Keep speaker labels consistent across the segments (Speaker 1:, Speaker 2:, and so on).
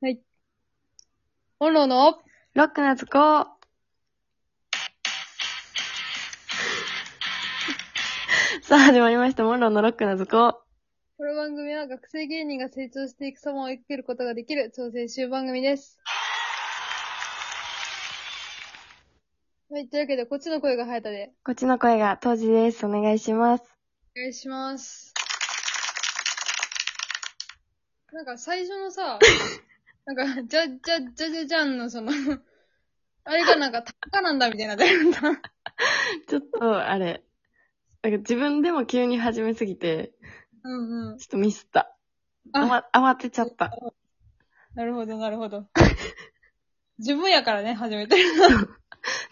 Speaker 1: はい。本ロの
Speaker 2: ロックな図工。 さあ、始まりました。モンローのロックな図工。
Speaker 1: この番組は学生芸人が成長していく様を追いかけることができる調整集番組です。はい。というわけで、こっちの声が生えたで。
Speaker 2: こっちの声が当時です。お願いします。
Speaker 1: お願いします。なんか最初のさ、 なんか、じゃ、じゃ、じゃじゃじゃんのその、あれがなんか、たっかなんだみたい な。
Speaker 2: ちょっと、あれ。なんか自分でも急に始めすぎて、
Speaker 1: うんうん。
Speaker 2: ちょっとミスった。あ
Speaker 1: あ、
Speaker 2: ま、慌てちゃった。
Speaker 1: なるほど、なるほ ど。自分やからね、初めて。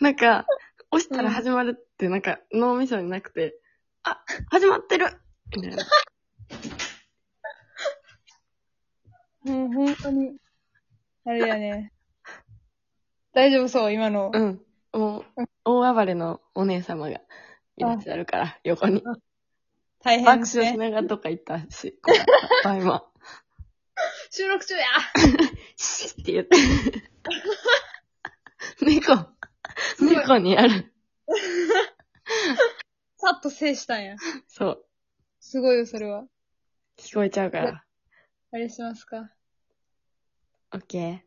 Speaker 2: なんか、押したら始まるって、なんか、脳みそになくて、あ、始まってるみたいな。
Speaker 1: もう本当に、あれだね。大丈夫そう、今の。
Speaker 2: うん。もう、大暴れのお姉様がいらっしゃるから、横に。
Speaker 1: 大変
Speaker 2: 握
Speaker 1: で
Speaker 2: 手
Speaker 1: す
Speaker 2: し
Speaker 1: ね。
Speaker 2: ながらとか言ったし、怖かった、今。
Speaker 1: 収録中や
Speaker 2: シッって言って。 猫。
Speaker 1: ごい
Speaker 2: 猫にある。
Speaker 1: さっと制したんや。
Speaker 2: そう。
Speaker 1: すごいよ、それは。
Speaker 2: 聞こえちゃうから。
Speaker 1: あれしますか。
Speaker 2: オッケー。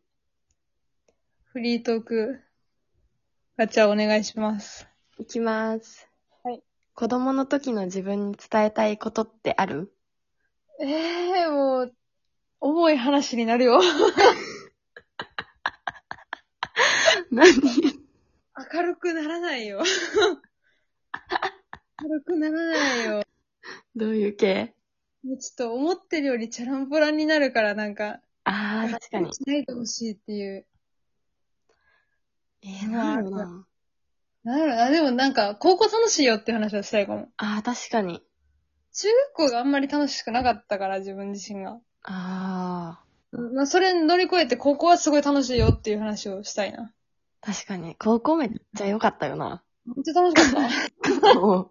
Speaker 1: フリートーク、ガチャお願いします。
Speaker 2: いきます。
Speaker 1: はい。
Speaker 2: 子供の時の自分に伝えたいことってある
Speaker 1: ええもう、重い話になるよ。
Speaker 2: 何
Speaker 1: 明るくならないよ。明るくならないよ。
Speaker 2: どういう系
Speaker 1: もうちょっと思ってるよりチャランポランになるから、なんか、
Speaker 2: あー、確かに。
Speaker 1: しないでほしいっていう。
Speaker 2: えー、なんだろうな。
Speaker 1: なんやろな、でもなんか、高校楽しいよっていう話はしたいかも。
Speaker 2: あー、確かに。
Speaker 1: 中高があんまり楽しくなかったから、自分自身が。
Speaker 2: あ
Speaker 1: まあ、それ乗り越えて高校はすごい楽しいよっていう話をしたいな。
Speaker 2: ー、確かに。高校めっちゃ良かったよな。
Speaker 1: めっちゃ楽しかった。
Speaker 2: もう、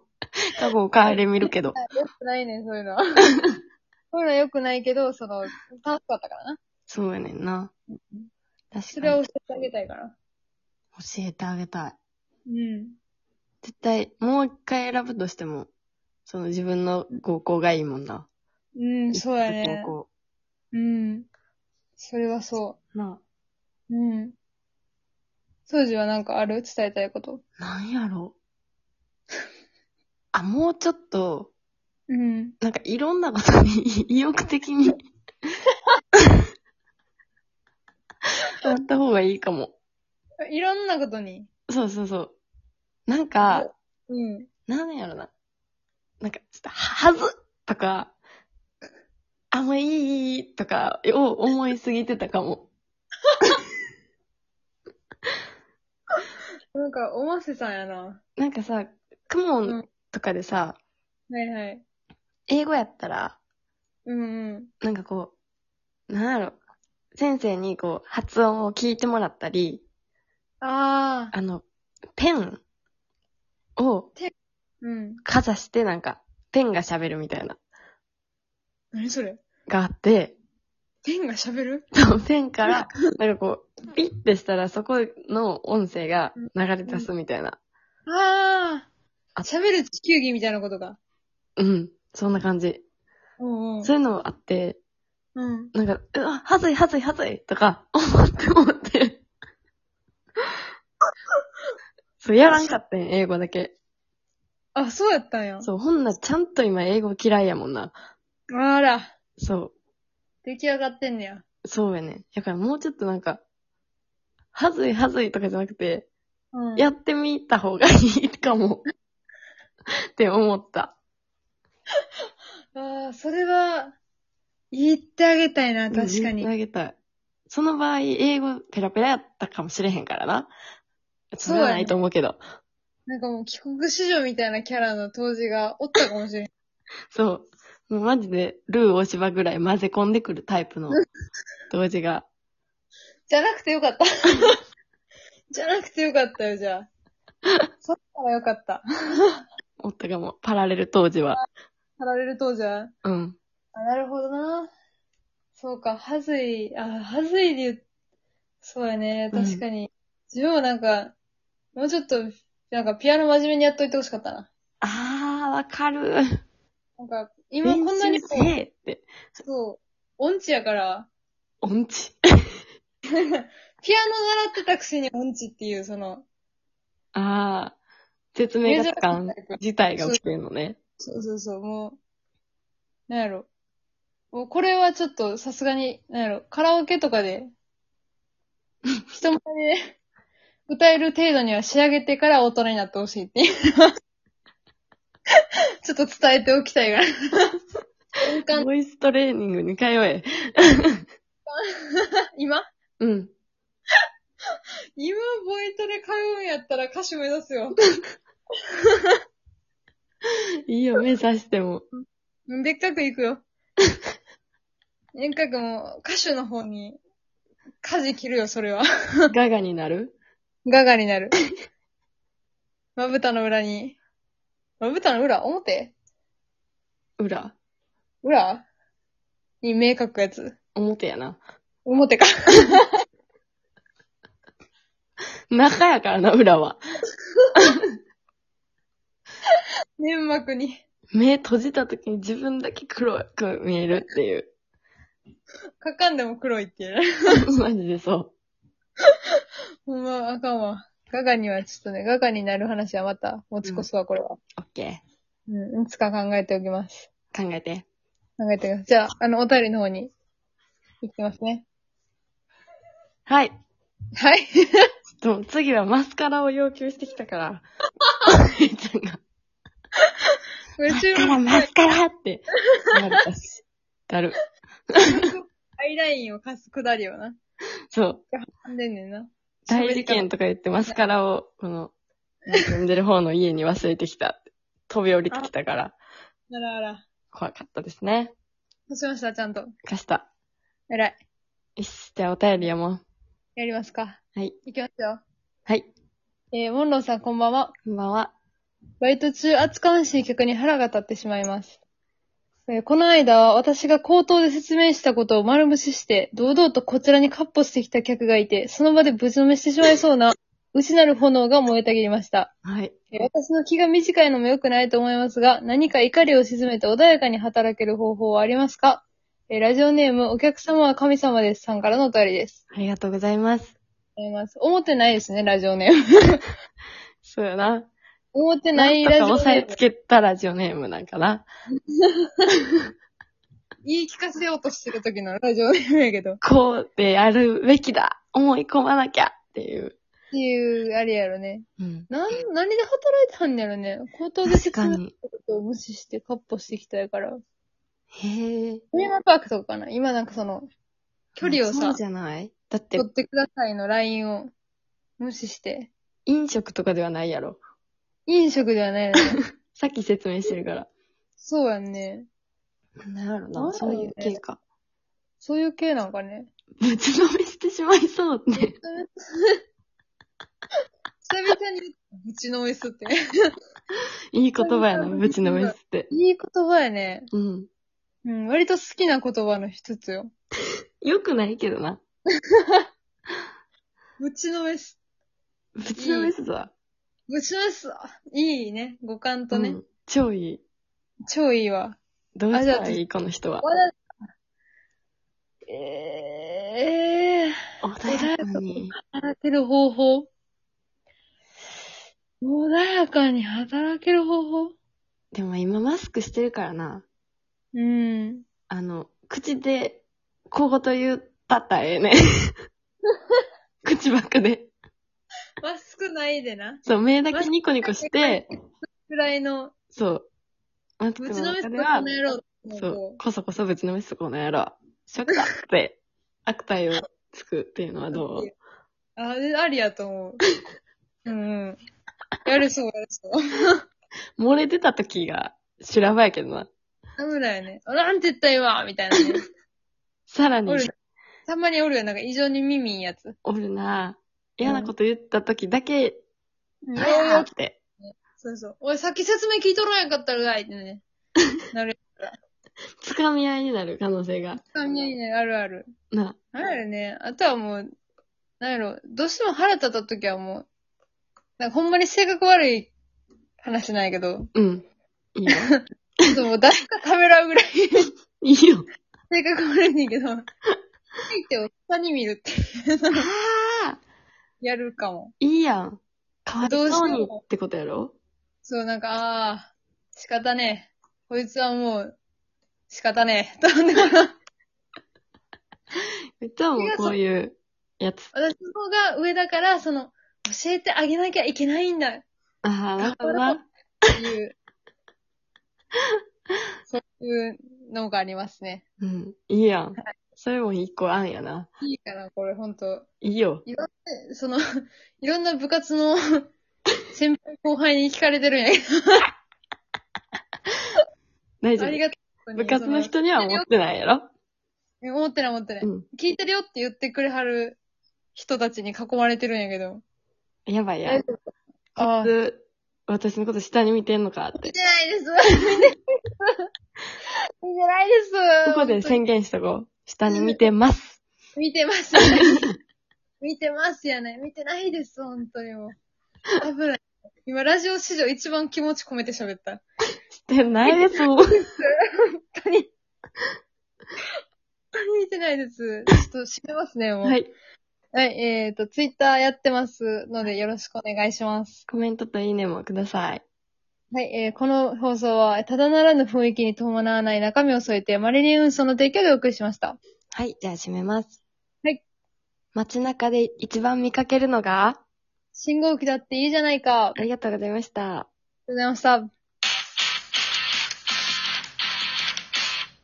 Speaker 2: 過去を変えれ見るけど。
Speaker 1: よくないね、そういうの は。そういうのはよくないけど、その、楽しかったからな。
Speaker 2: そうやねんな。
Speaker 1: そ
Speaker 2: 確
Speaker 1: れ
Speaker 2: か
Speaker 1: は
Speaker 2: に。
Speaker 1: 教えてあげたいから。
Speaker 2: 教えてあげたい。
Speaker 1: うん。
Speaker 2: 絶対、もう一回選ぶとしても、その自分の高校がいいもんな。
Speaker 1: うん、そうやね。
Speaker 2: 高校。
Speaker 1: うん。それはそ
Speaker 2: な、
Speaker 1: う。うん。当時はなんかある伝えたいこと。
Speaker 2: なんやろ。 あ、もうちょっと、
Speaker 1: うん。
Speaker 2: なんかいろんなことに 意欲的 に。やった方がいいかも。
Speaker 1: いろんなことに。
Speaker 2: そうそうそう。なんか、
Speaker 1: うん。
Speaker 2: なんやろな。なんか、ちょっと、ははずとか、あ、もういいとか、を思いすぎてたかも。
Speaker 1: なんか、おませさんやな。
Speaker 2: なんかさ、クモ
Speaker 1: う
Speaker 2: ン
Speaker 1: ん
Speaker 2: とかでさ、
Speaker 1: はいはい。
Speaker 2: 英語やったら、
Speaker 1: うんうん。
Speaker 2: なんかこう、なんやろ、先生にこう、発音を聞いてもらったり、
Speaker 1: ああ。
Speaker 2: あの、ペンを
Speaker 1: うん。
Speaker 2: かざしてなんか、ペンが喋るみたいな、
Speaker 1: 何それ
Speaker 2: があって、
Speaker 1: ペンが喋る
Speaker 2: そうペンから、なんかこう、ピッてしたらそこの音声が流れ出すみたいな。
Speaker 1: ああ。
Speaker 2: あ
Speaker 1: 喋る地球儀みたいなことか。
Speaker 2: うん、そんな感じ。
Speaker 1: おうおう
Speaker 2: そういうのもあって、
Speaker 1: うん。
Speaker 2: なんか、うわ、はずいはずいはずいとか、思って思って。そう、やらんかったん、英語だけ。
Speaker 1: あ、そうやったんや。
Speaker 2: そう、ほんなちゃんと今英語嫌いやもんな。
Speaker 1: あら。
Speaker 2: そ
Speaker 1: 出来上がってんねや。
Speaker 2: う、そうやね。だからもうちょっとなんか、はずいはずいとかじゃなくて、
Speaker 1: うん
Speaker 2: やってみた方がいいかも。って思った。
Speaker 1: ああ、それは、言ってあげたいな、確かに。
Speaker 2: 投げたい。その場合、英語ペラペラやったかもしれへんからな。
Speaker 1: そ
Speaker 2: そうう
Speaker 1: やね
Speaker 2: はないと思うけど。
Speaker 1: なんかもう、帰国子女みたいなキャラの当時がおったかもしれん。
Speaker 2: そう。もうマジで、ルー大芝ぐらい混ぜ込んでくるタイプの、同時が。
Speaker 1: じゃなくてよかった。 じゃなくてよかったよ、じゃ あ。そったらよかった。
Speaker 2: おったかも。パラレル当時は。
Speaker 1: パラレル当時は。
Speaker 2: うん。
Speaker 1: あ、なるほどな。そうか、はずい、あ、はずいで言う、そうやね、
Speaker 2: うん
Speaker 1: 確かに。自分もなんか、もうちょっと、なんかピアノ真面目にやっといてほしかったな。
Speaker 2: あー、わかる。
Speaker 1: なんか、今こんなに
Speaker 2: 練
Speaker 1: も
Speaker 2: 習、せえって。
Speaker 1: そう、音痴やから、
Speaker 2: 音痴。
Speaker 1: ピアノ習ってたくせに音痴っていう、その、
Speaker 2: あー、説明がつかん
Speaker 1: 珍しいタイプ
Speaker 2: 事態が起きてんのね。
Speaker 1: そうそうそう、もう、なんやろ。もうこれはちょっとさすがに、なんやろ、カラオケとかで、人前で歌える程度には仕上げてから大人になってほしいっていうのはちょっと伝えておきたいぐらい。瞬間
Speaker 2: ボイストレーニングに通え。
Speaker 1: 今
Speaker 2: うん。
Speaker 1: 今ボイトレ通うんやったら歌手目指すよ。
Speaker 2: いいよ、目指しても。
Speaker 1: でっかく行くよ。でっかくもう歌手の方に、舵切るよ、それは。
Speaker 2: ガガになる
Speaker 1: ガガになる。まぶたの裏に。まぶたの裏表
Speaker 2: 裏。
Speaker 1: 裏に目描くやつ。
Speaker 2: 表やな。
Speaker 1: 表か。
Speaker 2: 中やからな、裏は。
Speaker 1: 粘膜に。
Speaker 2: 目閉じた時に自分だけ黒く見えるっていう。
Speaker 1: かかんでも黒いっていう。
Speaker 2: マジでそう。
Speaker 1: ほんま、あかんわ。ガガにはちょっとね、ガガになる話はまた持ち越すわ、これは。
Speaker 2: オッケ
Speaker 1: うん、いつか考えておきます。
Speaker 2: ー。考えて。
Speaker 1: 考えてください。じゃあ、あの、お便りの方に行きますね。
Speaker 2: はい。
Speaker 1: はい。
Speaker 2: でも次はマスカラを要求してきた から。めいちゃんが。
Speaker 1: ご
Speaker 2: マ
Speaker 1: 注
Speaker 2: スカラ、
Speaker 1: 文
Speaker 2: マスカラって。なるたし。だる。
Speaker 1: アイラインを貸すくだりよな。
Speaker 2: そう。
Speaker 1: なんでんねんな。
Speaker 2: 大事件とか言ってマスカラを、この、住んでる方の家に忘れてきたって。飛び降りてきたから、
Speaker 1: あらあら。
Speaker 2: 怖かったですね。
Speaker 1: どうしましたちゃんと。
Speaker 2: 貸した。
Speaker 1: 偉い。
Speaker 2: よし、じゃあお便り読も
Speaker 1: やりますか。
Speaker 2: う。はい。
Speaker 1: いきますよ。
Speaker 2: はい。
Speaker 1: えー、モンローさんこんばんは。
Speaker 2: こんばんは。
Speaker 1: バイト中、厚かましい客に腹が立ってしまいます。えーこの間は私が口頭で説明したことを丸無視して、堂々とこちらにカッポしてきた客がいて、その場でぶちのめしてしまいそうな、内なる炎が燃えたぎりました。
Speaker 2: はい。
Speaker 1: えー私の気が短いのも良くないと思いますが、何か怒りを鎮めて穏やかに働ける方法はありますかえーラジオネーム、お客様は神様ですさんからのお便りです。
Speaker 2: ありがとうございます。
Speaker 1: ありがとうございます。思ってないですね、ラジオネーム。
Speaker 2: そうやな。
Speaker 1: 思って
Speaker 2: な
Speaker 1: なんい
Speaker 2: とか
Speaker 1: ラジオネーム。
Speaker 2: 押さえつけたラジオネームなんかな。
Speaker 1: 言い聞かせようとしてる時のラジオネ ームやけど。っ
Speaker 2: こうであるべきだ。思い込まなきゃっていう。
Speaker 1: ていう、あれやろね。
Speaker 2: うん。
Speaker 1: なん、何で働いてはんねやろね。口頭で
Speaker 2: 確
Speaker 1: 説
Speaker 2: か
Speaker 1: 明の
Speaker 2: に。
Speaker 1: ことを無視してカッポしてきたやから。
Speaker 2: へえ。
Speaker 1: テーマパークとかかな今なんかその、距離を
Speaker 2: そ
Speaker 1: さ
Speaker 2: う、じゃないだって
Speaker 1: 取、ってくださいのラインを無視して。
Speaker 2: 飲食とかではないやろ。
Speaker 1: 飲食ではないよ ね。
Speaker 2: さっき説明してるから。
Speaker 1: そうやんね。
Speaker 2: なんやろ
Speaker 1: なんやろ
Speaker 2: な。
Speaker 1: ね
Speaker 2: そういう系か。
Speaker 1: そういう系なんかね。
Speaker 2: ぶちのめしてしまいそうって。
Speaker 1: 久々に、ぶちのめすって。
Speaker 2: いい言葉やな、ぶちのめすって。
Speaker 1: いい言葉やね。
Speaker 2: うん。
Speaker 1: うん、割と好きな言葉の一つよ。
Speaker 2: よくないけどな。
Speaker 1: ぶちのめす
Speaker 2: ぶちのめすぞ。
Speaker 1: ぶちのめすいいね。五感とね。
Speaker 2: うん超いい。
Speaker 1: 超いいわ。
Speaker 2: どうしたらいいこの人は。
Speaker 1: ええ
Speaker 2: 穏やかに。
Speaker 1: 働ける方法穏やかに働ける方法
Speaker 2: でも今マスクしてるからな。
Speaker 1: うん。
Speaker 2: あの、口で、小言言ったったらええ ね。口ばっかで。
Speaker 1: マスクないでな。
Speaker 2: そう、目だけニコニコして、
Speaker 1: くらいの、
Speaker 2: そう。マスク
Speaker 1: ぶ
Speaker 2: の
Speaker 1: ちのめす
Speaker 2: 中
Speaker 1: こ
Speaker 2: で
Speaker 1: の
Speaker 2: は、
Speaker 1: 野郎
Speaker 2: そう、こそこそぶちのめすこの野郎。ショック だって、悪態をつくっていうのはどう
Speaker 1: あ、でありやと思う。うんうん。やるそう、やるそう。
Speaker 2: 漏れてた時が修羅場やけどな。
Speaker 1: ダメだよね。あなんて言ったらいいわみたいなね。
Speaker 2: さらに
Speaker 1: お、る。たまにおるよ。なんか異常に耳いいやつ。
Speaker 2: おるな嫌なこと言った時だけ、
Speaker 1: うん
Speaker 2: あーって。
Speaker 1: そうそう。おい、さっき説明聞いとらんやんかったらうがいってね。なるやつ
Speaker 2: つかみ合いになる可能性が。
Speaker 1: 深み合いになるあるある。
Speaker 2: な、
Speaker 1: なんやろね。あとはもう、なんやろ、どうしても腹立った時はもう、なんかほんまに性格悪い話なんやけど、
Speaker 2: うん。い いよ。
Speaker 1: ちょっともう誰かためらうぐらい
Speaker 2: いいよ。
Speaker 1: 性格悪いねんけど、相手を下に見るって
Speaker 2: ああ
Speaker 1: やるかも。
Speaker 2: いいやん。かわい
Speaker 1: どうし
Speaker 2: そう
Speaker 1: て
Speaker 2: に
Speaker 1: も
Speaker 2: ってことやろ
Speaker 1: そう、なんか、ああ、仕方ねえ。こいつはもう、仕方ねえ。と思って
Speaker 2: めっちゃもうこういうやつ。
Speaker 1: 私の方が上だから、その、教えてあげなきゃいけないんだっ
Speaker 2: ああ、なるほどな。
Speaker 1: ていう、そういうのがありますね。
Speaker 2: うん。いいやん。それも一個案やな。
Speaker 1: いいかな、これ、ほんと。
Speaker 2: いいよ。
Speaker 1: その、 いろんな部活の 先輩後輩に聞かれてるんやけ
Speaker 2: 大
Speaker 1: ど、
Speaker 2: 丈
Speaker 1: あり
Speaker 2: 夫。
Speaker 1: がとう。
Speaker 2: 部活の
Speaker 1: そ
Speaker 2: 人には思ってないやろ
Speaker 1: の。思ってない思ってない。
Speaker 2: うん。
Speaker 1: 聞いてるよって言ってくれはる人たちに囲まれてるんやけど。
Speaker 2: やばいやん。
Speaker 1: ああ、見
Speaker 2: 普通私のこと下に見てんのかっ
Speaker 1: て
Speaker 2: て。
Speaker 1: ないです。見てないです。
Speaker 2: ここ
Speaker 1: 本
Speaker 2: で
Speaker 1: 当に
Speaker 2: 宣言しとこう。下に見てます。
Speaker 1: 見てます。見てますやない。見てないです、本当にもう。危ない。今、ラジオ史上一番気持ち込めて喋った。
Speaker 2: してないですもん。
Speaker 1: 本当に。本当に見てないです。ちょっと閉めますね、もう。
Speaker 2: はい。
Speaker 1: はい、えっ、と、ツイッターやってますので、よろしくお願いします。
Speaker 2: コメントといいねもください。
Speaker 1: はい、えーこの放送は、ただならぬ雰囲気に伴わない中身を添えて、マリリン運送の提供でお送りしました。
Speaker 2: はい、じゃあ閉めます。
Speaker 1: はい。
Speaker 2: 街中で一番見かけるのが、
Speaker 1: 信号機だっていいじゃないか。ありがと
Speaker 2: ありがとうございました。
Speaker 1: うございました。